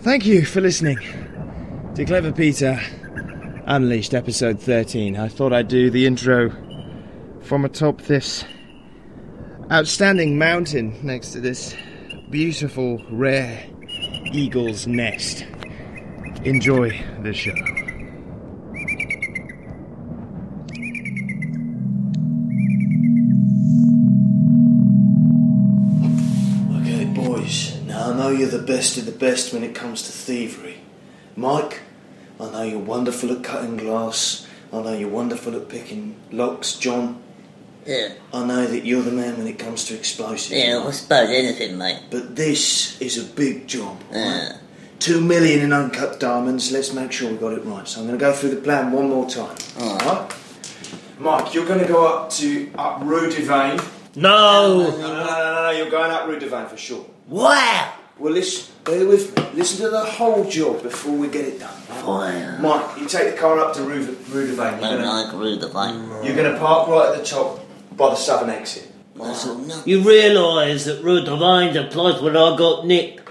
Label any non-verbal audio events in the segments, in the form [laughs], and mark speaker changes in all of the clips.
Speaker 1: Thank you for listening to Clever Peter Unleashed, episode 13. I thought I'd do the intro from atop this outstanding mountain next to this beautiful, rare eagle's nest. Enjoy the show.
Speaker 2: Okay, boys, now I know you're the best of the best when it comes to thievery. Mike, I know you're wonderful at cutting glass. I know you're wonderful at picking locks. John,
Speaker 3: Yeah,
Speaker 2: I know that you're the man when it comes to explosives.
Speaker 3: yeah, I suppose anything, mate.
Speaker 2: But this is a big job. right?
Speaker 3: Yeah.
Speaker 2: Two million in uncut diamonds. Let's make sure we got it right. So I'm going to go through the plan one more time. All right. Mike, you're going to go up to up Rue de Vane. No, no, no, no, no. You're going up Rue de Vane for sure.
Speaker 3: Wow!
Speaker 2: Well, listen, bear with me. Listen to the whole job before we get it done.
Speaker 3: Wow.
Speaker 2: Mike, you take the car up to Rue, Rue de Vane. You're
Speaker 3: Don't
Speaker 2: gonna-
Speaker 3: like Rue the Vane.
Speaker 2: You're going to park right at the top by the southern exit.
Speaker 3: That's all no.
Speaker 4: You realise that Rue the Vine's a place where I got nicked.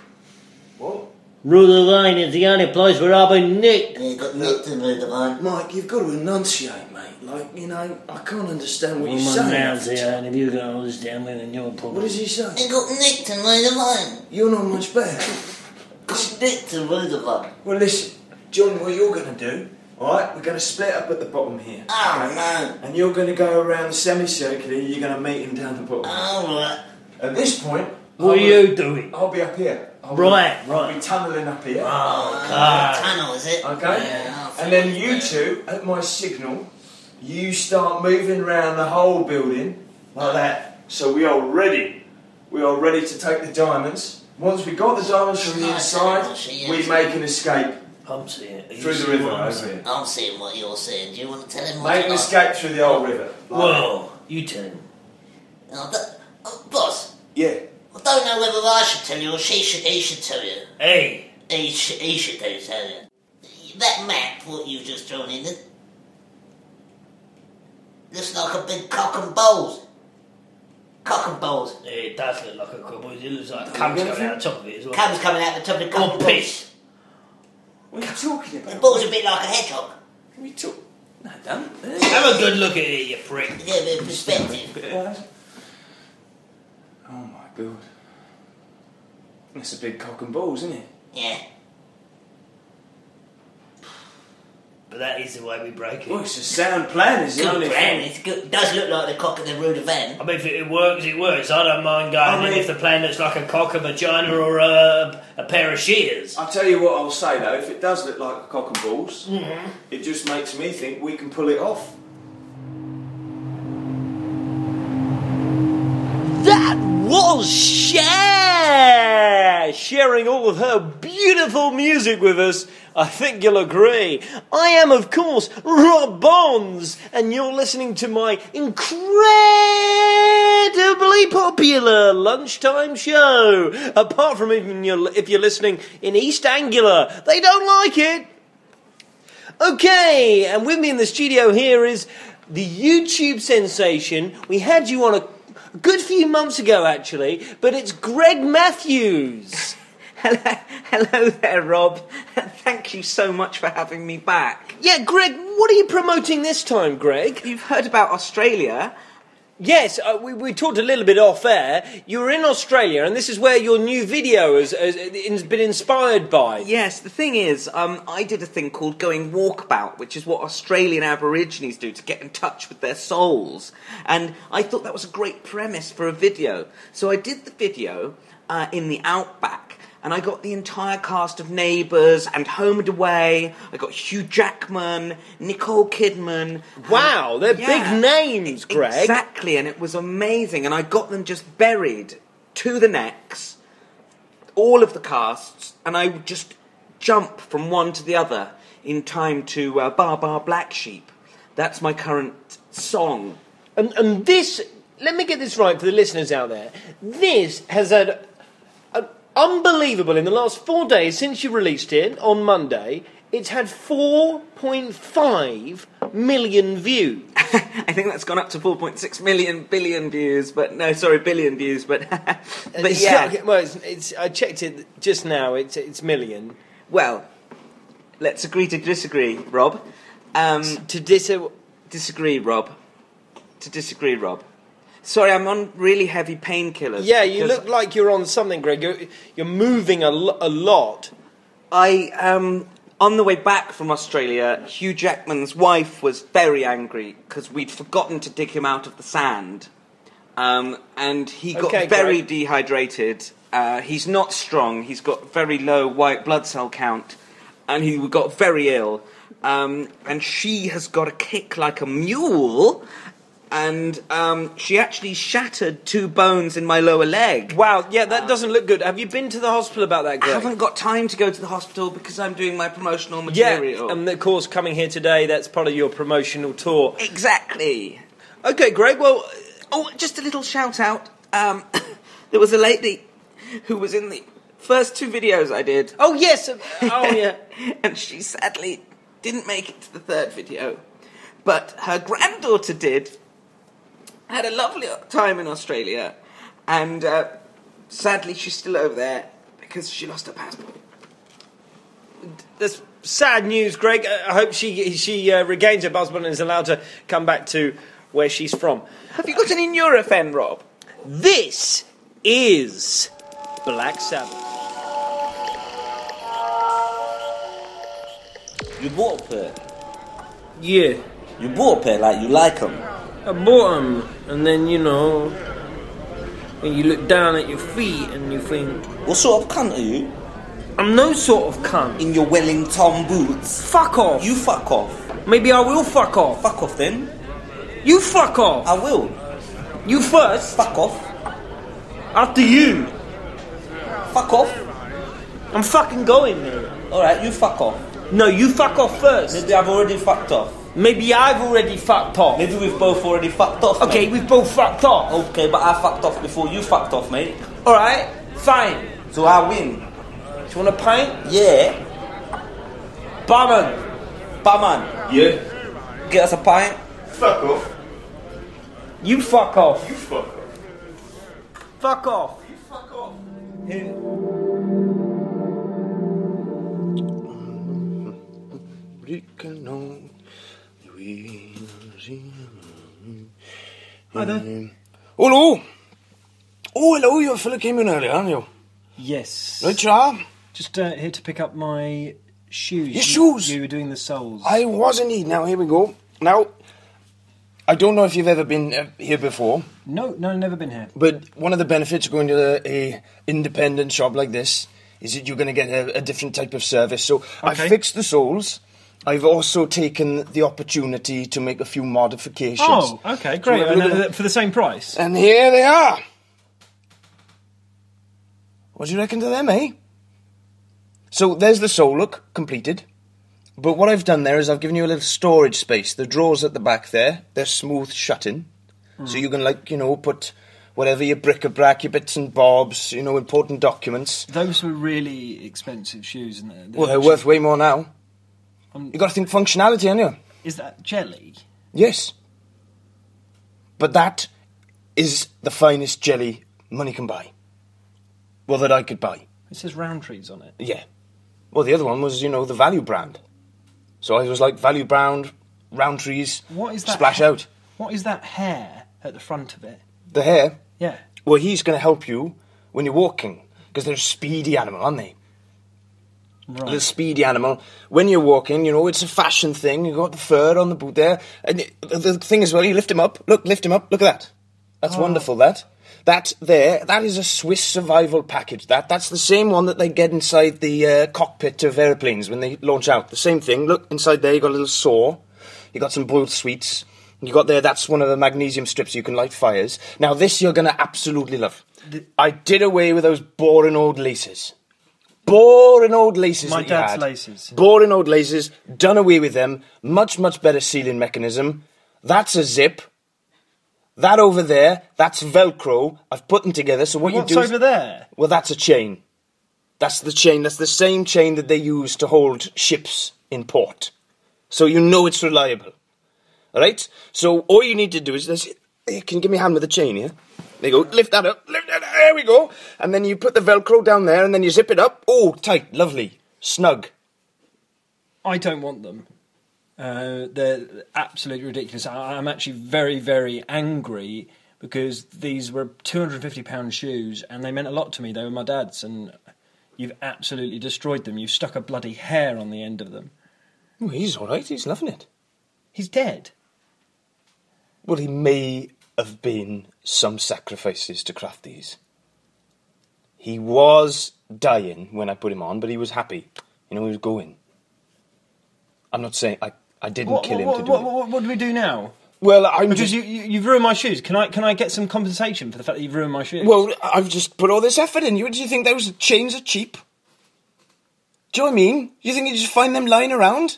Speaker 2: What?
Speaker 4: Rue the Vine is the only place where I've been nicked.
Speaker 3: You got nicked in Rue the Vine.
Speaker 2: Mike, you've got to enunciate, mate. Like, you know, I can't understand what
Speaker 4: Well,
Speaker 2: you're
Speaker 4: my
Speaker 2: saying.
Speaker 4: mouth's there, and if you can understand me, then you're probably.
Speaker 2: What is he saying?
Speaker 3: You got nicked in Rue the Vine.
Speaker 2: You're not much better.
Speaker 3: Got nicked in Rue the Vine.
Speaker 2: Well, listen, John, what you're going to do, alright, we're going to split up at the bottom here.
Speaker 3: Oh, no.
Speaker 2: And you're going to go around the semicircular, you're going to meet him down the bottom.
Speaker 3: Alright.
Speaker 2: At this point,
Speaker 4: What are
Speaker 2: I'll-
Speaker 4: you doing?
Speaker 2: I'll be up here. I'll
Speaker 4: Right,
Speaker 2: be, I'll
Speaker 4: right.
Speaker 2: be tunnelling up here.
Speaker 3: Oh,
Speaker 2: Ah.
Speaker 3: tunnel, is it?
Speaker 2: Okay?
Speaker 3: Yeah, I'll
Speaker 2: and then
Speaker 3: see
Speaker 2: you
Speaker 3: what
Speaker 2: two, at my signal, you start moving around the whole building like that. So we are ready. We are ready to take the diamonds. Once we got the diamonds from the
Speaker 3: Nice,
Speaker 2: inside,
Speaker 3: nice, yes.
Speaker 2: we make an escape
Speaker 4: Ah, I'm seeing it.
Speaker 2: through the river over here.
Speaker 3: I'm seeing what you're seeing. Do you want to tell him what
Speaker 2: Make an
Speaker 3: you
Speaker 2: escape through the old river. Like-
Speaker 4: Well, you tell him.
Speaker 3: Oh, that- oh, boss,
Speaker 2: Yeah.
Speaker 3: I don't know whether I should tell you or she should, he should tell you.
Speaker 4: Hey,
Speaker 3: He should, he should do tell you. That map, what you've just drawn in, it looks like a big cock and balls. Cock and balls.
Speaker 4: it does look like a couple. It looks like cum's coming out the top of it as well.
Speaker 3: Cubs coming out the top of the cock
Speaker 4: Oh,
Speaker 3: and balls.
Speaker 4: piss.
Speaker 2: What are you talking
Speaker 3: The
Speaker 2: about?
Speaker 3: ball's a bit like a hedgehog.
Speaker 2: We talk. No, don't.
Speaker 4: Have a good look at it, you prick.
Speaker 3: You get a bit of perspective.
Speaker 2: [laughs] Oh my god. That's a big cock and balls, isn't it?
Speaker 3: Yeah.
Speaker 4: But that is the way we break
Speaker 2: Well,
Speaker 4: it.
Speaker 2: it's a sound plan, is the only
Speaker 3: Good plan.
Speaker 2: thing.
Speaker 3: It's good. does look like the cock of the Rue de Van.
Speaker 4: I mean, if it works, it works. I don't mind going
Speaker 2: I mean-
Speaker 4: in if the plan looks like a cock, a vagina, or a, a pair of shears.
Speaker 2: I'll tell you what I'll say though, if it does look like a cock and balls, it just makes me think we can pull it off.
Speaker 4: That was Cher sharing all of her beautiful music with us. I think you'll agree. I am, of course, Rob Bonds, and you're listening to my incredibly popular lunchtime show. Apart from even you're, if you're listening in East Anglia, they don't like it. Okay, and with me in the studio here is the YouTube sensation. We had you on a a good few months ago, actually, but it's Greg Matthews.
Speaker 5: Hello, hello there, Rob. Thank you so much for having me back.
Speaker 4: Yeah, Greg, what are you promoting this time, Greg?
Speaker 5: You've heard about Australia.
Speaker 4: Yes, uh, we, we talked a little bit off air. You were in Australia, and this is where your new video has, has, has been inspired by.
Speaker 5: Yes, the thing is, um, I did a thing called going walkabout, which is what Australian Aborigines do to get in touch with their souls. And I thought that was a great premise for a video. So I did the video uh, in the outback. And I got the entire cast of Neighbours and Home and Away. I got Hugh Jackman, Nicole Kidman.
Speaker 4: Wow, they're
Speaker 5: Yeah. E-,
Speaker 4: big names, Greg.
Speaker 5: Exactly, and it was amazing. And I got them just buried to the necks, all of the casts, and I would just jump from one to the other in time to uh, Bar Bar Black Sheep. That's my current song.
Speaker 4: And, and this, let me get this right for the listeners out there. This has had an unbelievable, in the last four days since you released it on Monday, it's had 4.5 million views.
Speaker 5: I think that's gone up to 4.6 million billion views, but no, sorry, billion views, but [laughs]
Speaker 4: And
Speaker 5: but
Speaker 4: it's
Speaker 5: yeah.
Speaker 4: not- well, it's, it's, I checked it just now. It's it's million.
Speaker 5: Well, let's agree to disagree, Rob. Um,
Speaker 4: To dis- Well,
Speaker 5: disagree, Rob. To disagree, Rob. Sorry, I'm on really heavy painkillers.
Speaker 4: yeah, you
Speaker 5: because
Speaker 4: look like you're on something, Greg. You're, you're moving a, lo- a lot.
Speaker 5: I um on the way back from Australia, Hugh Jackman's wife was very angry because we'd forgotten to dig him out of the sand, um, and he got
Speaker 4: Okay,
Speaker 5: very
Speaker 4: great.
Speaker 5: dehydrated. Uh, he's not strong. He's got very low white blood cell count, and he got very ill. Um, and she has got a kick like a mule, and um, she actually shattered two bones in my lower leg.
Speaker 4: Wow, yeah, that doesn't look good. Have you been to the hospital about that,
Speaker 5: I
Speaker 4: Greg?
Speaker 5: haven't got time to go to the hospital because I'm doing my promotional
Speaker 4: yeah,
Speaker 5: material.
Speaker 4: and of course, coming here today, that's part of your promotional tour.
Speaker 5: Exactly.
Speaker 4: Okay, Greg, well,
Speaker 5: Oh, just a little shout out. Um, [coughs] there was a lady who was in the first two videos I did.
Speaker 4: oh, yes. Oh, yeah.
Speaker 5: [laughs] and she sadly didn't make it to the third video. But her granddaughter did. Had a lovely time in Australia. And uh, sadly, she's still over there because she lost her passport.
Speaker 4: That's sad news, Greg. Uh, I I hope she she uh, regains her passport and is allowed to come back to where she's from.
Speaker 5: Have you got any Nurofen, Rob?
Speaker 4: This is Black Sabbath.
Speaker 6: You bought a pair.
Speaker 4: Yeah,
Speaker 6: You bought a pair like you like them.
Speaker 4: I bought them, and then you know, when you look down at your feet and you think,
Speaker 6: What sort of cunt are you?
Speaker 4: I'm no sort of cunt.
Speaker 6: In your Wellington boots.
Speaker 4: Fuck off.
Speaker 6: You fuck off.
Speaker 4: Maybe I will fuck off.
Speaker 6: Fuck off then.
Speaker 4: You fuck off.
Speaker 6: I will.
Speaker 4: You first.
Speaker 6: Fuck off.
Speaker 4: After you.
Speaker 6: Fuck off.
Speaker 4: I'm fucking going there.
Speaker 6: Alright, you fuck off.
Speaker 4: No, you fuck off first.
Speaker 6: Maybe I've already fucked off.
Speaker 4: Maybe I've already fucked off.
Speaker 6: Maybe we've both already fucked off.
Speaker 4: Okay,
Speaker 6: Mate.
Speaker 4: we've both fucked off.
Speaker 6: Okay, but I fucked off before you fucked off, mate.
Speaker 4: Alright, fine.
Speaker 6: So I win.
Speaker 4: Do you want a pint?
Speaker 6: Yeah.
Speaker 4: Barman.
Speaker 6: Barman,
Speaker 1: Yeah.
Speaker 6: get us a pint.
Speaker 1: Fuck off.
Speaker 4: You fuck off.
Speaker 1: You fuck off.
Speaker 4: Fuck off.
Speaker 1: You fuck off.
Speaker 2: eh.
Speaker 4: Hi there.
Speaker 1: Hello. Oh, hello. Your fella came in earlier, aren't you?
Speaker 2: Yes.
Speaker 1: Right, you are.
Speaker 2: Just uh, here to pick up my shoes.
Speaker 1: Your
Speaker 2: You-
Speaker 1: shoes?
Speaker 2: You were doing the soles.
Speaker 1: I was indeed. Now here we go. Now, I don't know if you've ever been uh, here before,
Speaker 2: No, no, never been here.
Speaker 1: but one of the eh, benefits of going to a, a independent shop like this is that you're going to get a, a different type of service. So I
Speaker 2: Okay.
Speaker 1: fixed the soles. I've also taken the opportunity to make a few modifications.
Speaker 2: Oh, okay, great.
Speaker 1: So we're
Speaker 2: And, uh,
Speaker 1: looking-
Speaker 2: for the same price.
Speaker 1: And here they are. What do you reckon to them, eh? So there's the sole look completed. But what I've done there is I've given you a little storage space. The drawers at the back there, they're smooth shut in. So you can, like, you know, put whatever your bric-a-brac, your bits and bobs, you know, important documents.
Speaker 2: Those were really expensive shoes, and uh, they're- they're
Speaker 1: Well, they're
Speaker 2: actually-
Speaker 1: Uh, worth way more now.
Speaker 2: Um,
Speaker 1: you got to think functionality, haven't you?
Speaker 2: Is that jelly?
Speaker 1: Yes. But that is the finest jelly money can buy. Well, that I could buy.
Speaker 2: It says round trees on it.
Speaker 1: Yeah. Well, the other one was, you know, the value brand. So I was like, value brand, round trees,
Speaker 2: What is that?
Speaker 1: splash
Speaker 2: ha-
Speaker 1: out.
Speaker 2: What is that hair at the front of it?
Speaker 1: The hair,
Speaker 2: Yeah.
Speaker 1: well, he's going to help you when you're walking, because they're a speedy animal, aren't they?
Speaker 2: Right.
Speaker 1: The speedy animal. When you're walking, you know, it's a fashion thing. You've got the fur on the boot there. And it- the, the thing is, well, you lift him up. Look, lift him up. Look at that. That's wonderful, that. That there, that is a Swiss survival package. That That's the same one that they get inside the uh, cockpit of aeroplanes when they launch out. The same thing. Look, inside there, you got a little saw. you got some boiled sweets. you got there, that's one of the magnesium strips you can light fires. Now, this you're going to absolutely love. I did away with those boring old laces. Boring old laces.
Speaker 2: My
Speaker 1: that you
Speaker 2: dad's
Speaker 1: had.
Speaker 2: laces.
Speaker 1: Boring old laces. Done away with them. Much, much better sealing mechanism. That's a zip. That over there, that's Velcro. I've put them together. So what
Speaker 2: What's
Speaker 1: you do?
Speaker 2: over
Speaker 1: is,
Speaker 2: there?
Speaker 1: Well, that's a chain. That's the chain. That's the same chain that they use to hold ships in port. So you know it's reliable. Alright? So all you need to do is this. Hey, can you give me a hand with the chain, yeah? There you go. Lift that up. Lift that up. There we go. And then you put the Velcro down there and then you zip it up. Oh, tight. Lovely. Snug.
Speaker 7: I don't want them. Uh, they're absolutely ridiculous. I, I'm actually very, very angry because these were £250 shoes and they meant a lot to me. They were my dad's, and you've absolutely destroyed them. You've stuck a bloody hair on the end of them.
Speaker 1: Oh, he's alright. He's loving it.
Speaker 7: He's dead.
Speaker 1: Well, he may have been some sacrifices to craft these. He was dying when I put him on, but he was happy. You know, he was going. I'm not saying I, I didn't
Speaker 7: What,
Speaker 1: kill him
Speaker 7: what,
Speaker 1: to do
Speaker 7: what,
Speaker 1: it.
Speaker 7: what- what do we do now?
Speaker 1: Well, I'm
Speaker 7: Because
Speaker 1: just.
Speaker 7: you, you, you've ruined my shoes. Can I can I get some compensation for the fact that you've ruined my shoes?
Speaker 1: Well, I've just put all this effort in. You do you think those chains are cheap? Do you know what I mean? You think you just find them lying around,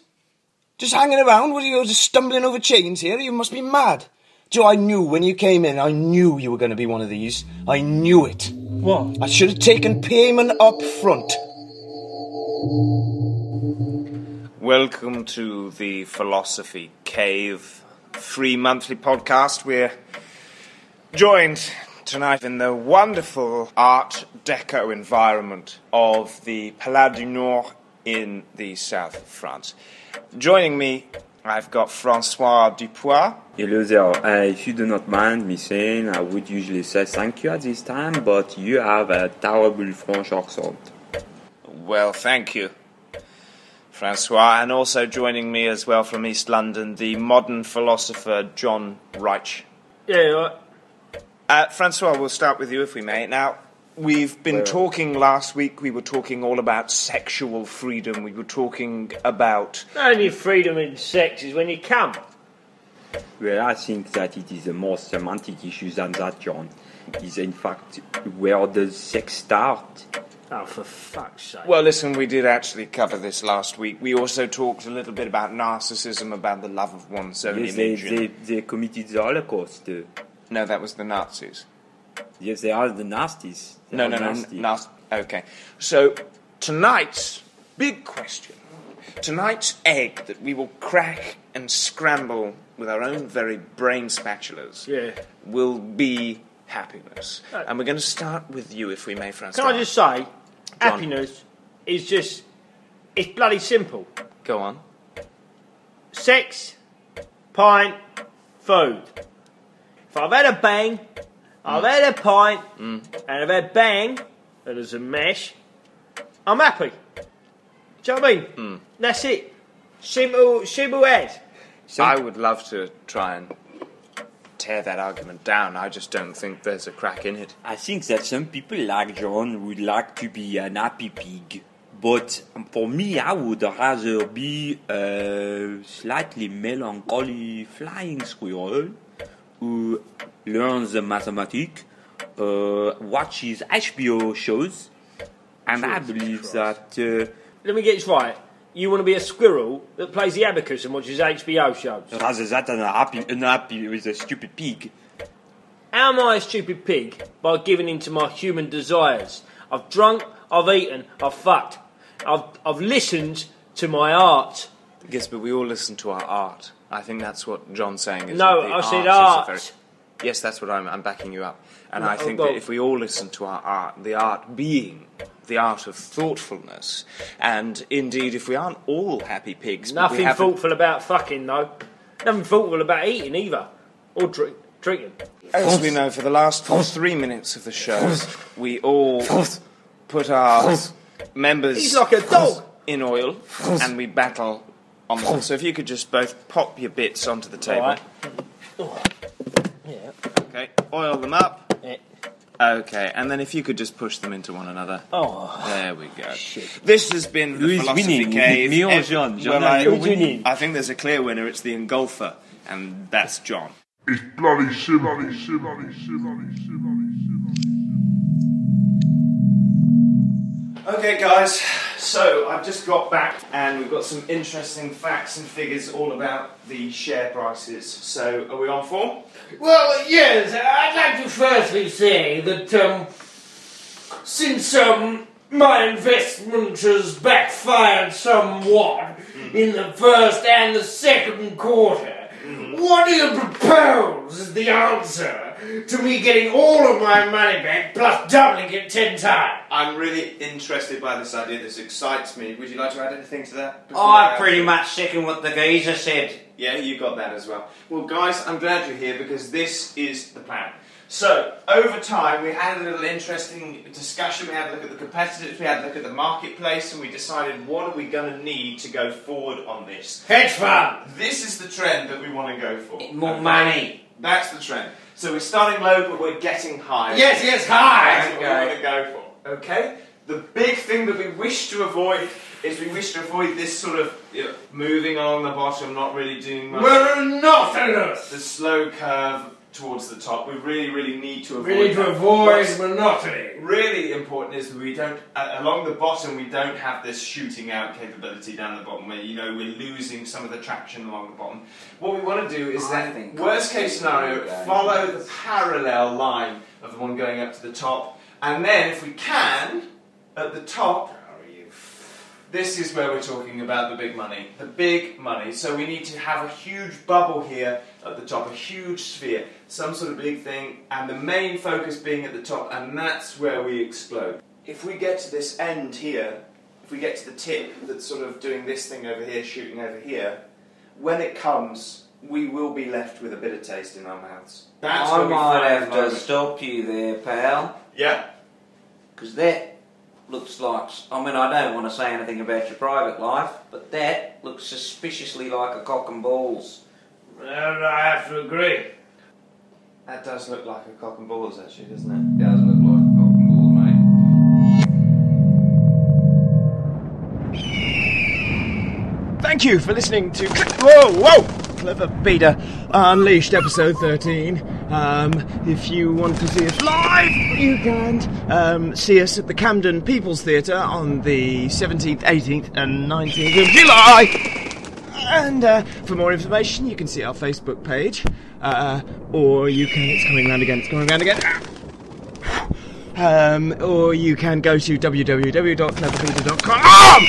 Speaker 1: just hanging around? What are you just stumbling over chains here? You must be mad. Do you know, I knew when you came in. I knew you were going to be one of these. I knew it.
Speaker 7: what?
Speaker 1: I should have taken payment up front.
Speaker 2: Welcome to the Philosophy Cave free monthly podcast. We're joined tonight in the wonderful Art Deco environment of the Palais du Nord in the south of France. Joining me, I've got Francois Dupois.
Speaker 4: Hello there. Uh, if you do not mind me saying, I would usually say thank you at this time, but you have a terrible French accent.
Speaker 2: Well, thank you, Francois. And also joining me as well from East London, the modern philosopher John Reich.
Speaker 6: Yeah, right.
Speaker 2: Uh, Francois, we'll start with you if we may. Now, we've been talking last week, we were talking all about sexual freedom, we were talking about.
Speaker 6: Only freedom in sex is when you come.
Speaker 4: Well, I think that it is a more semantic issue than that, John. Is in fact where does sex start?
Speaker 6: Oh, for fuck's sake.
Speaker 2: Well, listen, we did actually cover this last week. We also talked a little bit about narcissism, about the love of one's own
Speaker 4: Yes, they,
Speaker 2: image. and-
Speaker 4: they, they committed the Holocaust. uh,
Speaker 2: No, that was the Nazis.
Speaker 4: Yes, they are the nasties. They
Speaker 2: No,
Speaker 4: are
Speaker 2: no, no,
Speaker 4: nasty.
Speaker 2: n- nas- Okay. So tonight's big question, tonight's egg that we will crack and scramble with our own very brain spatulas,
Speaker 6: Yeah.
Speaker 2: will be happiness. and we're going to start with you, if we may, Francois.
Speaker 6: Can I just say, happiness is just, it's bloody simple.
Speaker 2: go on?
Speaker 6: Sex, pint, food. If I've had a bang, I've
Speaker 2: Mm.
Speaker 6: had a pint, and I've had bang, and there's a mesh, I'm happy. Do you know what I mean?
Speaker 2: Mm.
Speaker 6: That's it. Simple, simple as.
Speaker 2: I would love to try and tear that argument down. I just don't think there's a crack in it.
Speaker 4: I think that some people like John would like to be an happy pig, but for me, I would rather be a slightly melancholy flying squirrel who learns the mathematics, uh, watches HBO shows, and I believe that uh,
Speaker 6: Let me get this right. You want to be a squirrel that plays the abacus and watches HBO shows.
Speaker 4: uh, rather than an happy, unhappy with a stupid pig.
Speaker 6: How am I a stupid pig by giving in to my human desires? I've drunk, I've eaten, I've fucked. I've, I've listened to my art.
Speaker 2: Yes, but we all listen to our art. I think that's what John's saying. Is
Speaker 6: No,
Speaker 2: that the
Speaker 6: I
Speaker 2: art. is
Speaker 6: said
Speaker 2: a
Speaker 6: art. Oh,
Speaker 2: very- yes, that's what I'm, I'm backing you up. And I
Speaker 6: No,
Speaker 2: think
Speaker 6: well-
Speaker 2: that if we all listen to our art, the art being the art of thoughtfulness, and indeed, if we aren't all happy pigs, but we
Speaker 6: Nothing
Speaker 2: have a-
Speaker 6: thoughtful about fucking, though. Nothing thoughtful about eating either. Or drink, drinking.
Speaker 2: As we know, for the last three minutes of the show, we all put our members
Speaker 6: He's like a dog.
Speaker 2: in oil, and we battle on
Speaker 6: [laughs]
Speaker 2: them. So if you could just both pop your bits onto the table.
Speaker 6: Alright.
Speaker 2: Okay, oil them up.
Speaker 6: Yeah.
Speaker 2: Okay, and then if you could just push them into one another.
Speaker 6: Oh,
Speaker 2: There we go. This has been the
Speaker 4: Who is
Speaker 2: Philosophy
Speaker 4: winning?
Speaker 2: Cave.
Speaker 4: Me or
Speaker 2: Ev-
Speaker 4: John? John,
Speaker 2: well,
Speaker 4: no,
Speaker 2: I,
Speaker 4: you're winning.
Speaker 2: I think there's a clear winner. It's the engulfer, and that's John.
Speaker 8: It's bloody shit, bloody shit, bloody shit, bloody shit, bloody shit, bloody shit.
Speaker 2: Okay, guys. So I've just got back, and we've got some interesting facts and figures all about the share prices. So are we on form?
Speaker 9: Well, yes, I'd like to firstly say that um, since um, my investment has backfired somewhat in the first and the second quarter,
Speaker 6: What do you propose is the answer to me getting all of my money back plus doubling it ten times?
Speaker 2: I'm really interested by this idea. This excites me. Would you like to add anything to that?
Speaker 5: Oh, I'm pretty much second what the geezer said.
Speaker 2: Yeah, you got that as well. Well, guys, I'm glad you're here because this is the plan. So, over time, we had a little interesting discussion. We had a look at the competitors, we had a look at the marketplace, and we decided what are we going to need to go forward on this.
Speaker 6: Hedge fund!
Speaker 2: This is the trend that we want to go for.
Speaker 5: More
Speaker 2: Okay?
Speaker 5: money.
Speaker 2: That's the trend. So, we're starting low, but we're getting high.
Speaker 6: Yes, yes, high!
Speaker 2: That's what we want to go for. Okay? The big thing that we wish to avoid is we wish to avoid this sort of you know, moving along the bottom, not really doing much
Speaker 6: We're not in us!
Speaker 2: the slow curve towards the top. We really, really need to avoid.
Speaker 6: We need to
Speaker 2: that.
Speaker 6: avoid
Speaker 2: What's
Speaker 6: monotony.
Speaker 2: really important is that we don't uh, along the bottom. We don't have this shooting out capability down the bottom where you know we're losing some of the traction along the bottom. What we want to do is
Speaker 5: I
Speaker 2: then
Speaker 5: think
Speaker 2: worst case scenario
Speaker 5: Yeah.
Speaker 2: follow the parallel line of the one going up to the top, and then if we can at the top this is where we're talking about the big money. The big money. So we need to have a huge bubble here at the top, a huge sphere, some sort of big thing, and the main focus being at the top, and that's where we explode. If we get to this end here, if we get to the tip that's sort of doing this thing over here, shooting over here, when it comes, we will be left with a bitter taste in our mouths. That's where
Speaker 5: I
Speaker 2: we
Speaker 5: might
Speaker 2: find
Speaker 5: have
Speaker 2: the
Speaker 5: to
Speaker 2: moment.
Speaker 5: stop you there, pal,
Speaker 2: Yeah.
Speaker 5: because that looks like. I mean, I don't want to say anything about your private life, but that looks suspiciously like a cock and balls.
Speaker 6: And I have to agree.
Speaker 2: That does look like a cock and balls, actually, doesn't it?
Speaker 5: Doesn't look like a cock and ball, mate.
Speaker 4: Thank you for listening to Whoa, whoa! Clever Peter Unleashed, episode 13. Um, if you want to see us live, you can um, see us at the Camden People's Theatre on the 17th, 18th, and 19th of July. And uh, for more information, you can see our Facebook page, uh, or you can. It's coming round again. It's coming round again. Um, or you can go to www.cleverpeter.com. Ah!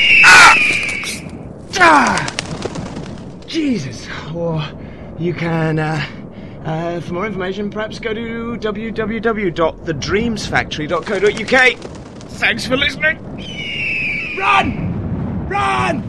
Speaker 4: Jesus. Or you can, uh, uh, for more information, perhaps go to www.thedreamsfactory.co.uk. Thanks for listening. Run! Run!